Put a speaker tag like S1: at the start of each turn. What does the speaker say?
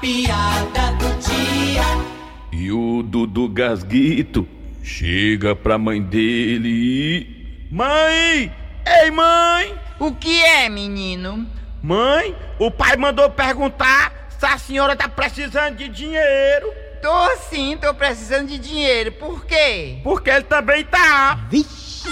S1: piada do dia.
S2: E o Dudu Gasguito chega pra mãe dele e. Mãe! Ei, mãe!
S3: O que é, menino?
S2: Mãe, o pai mandou perguntar se a senhora tá precisando de dinheiro.
S3: Tô sim, tô precisando de dinheiro. Por quê?
S2: Porque ele também tá.
S4: Vixe!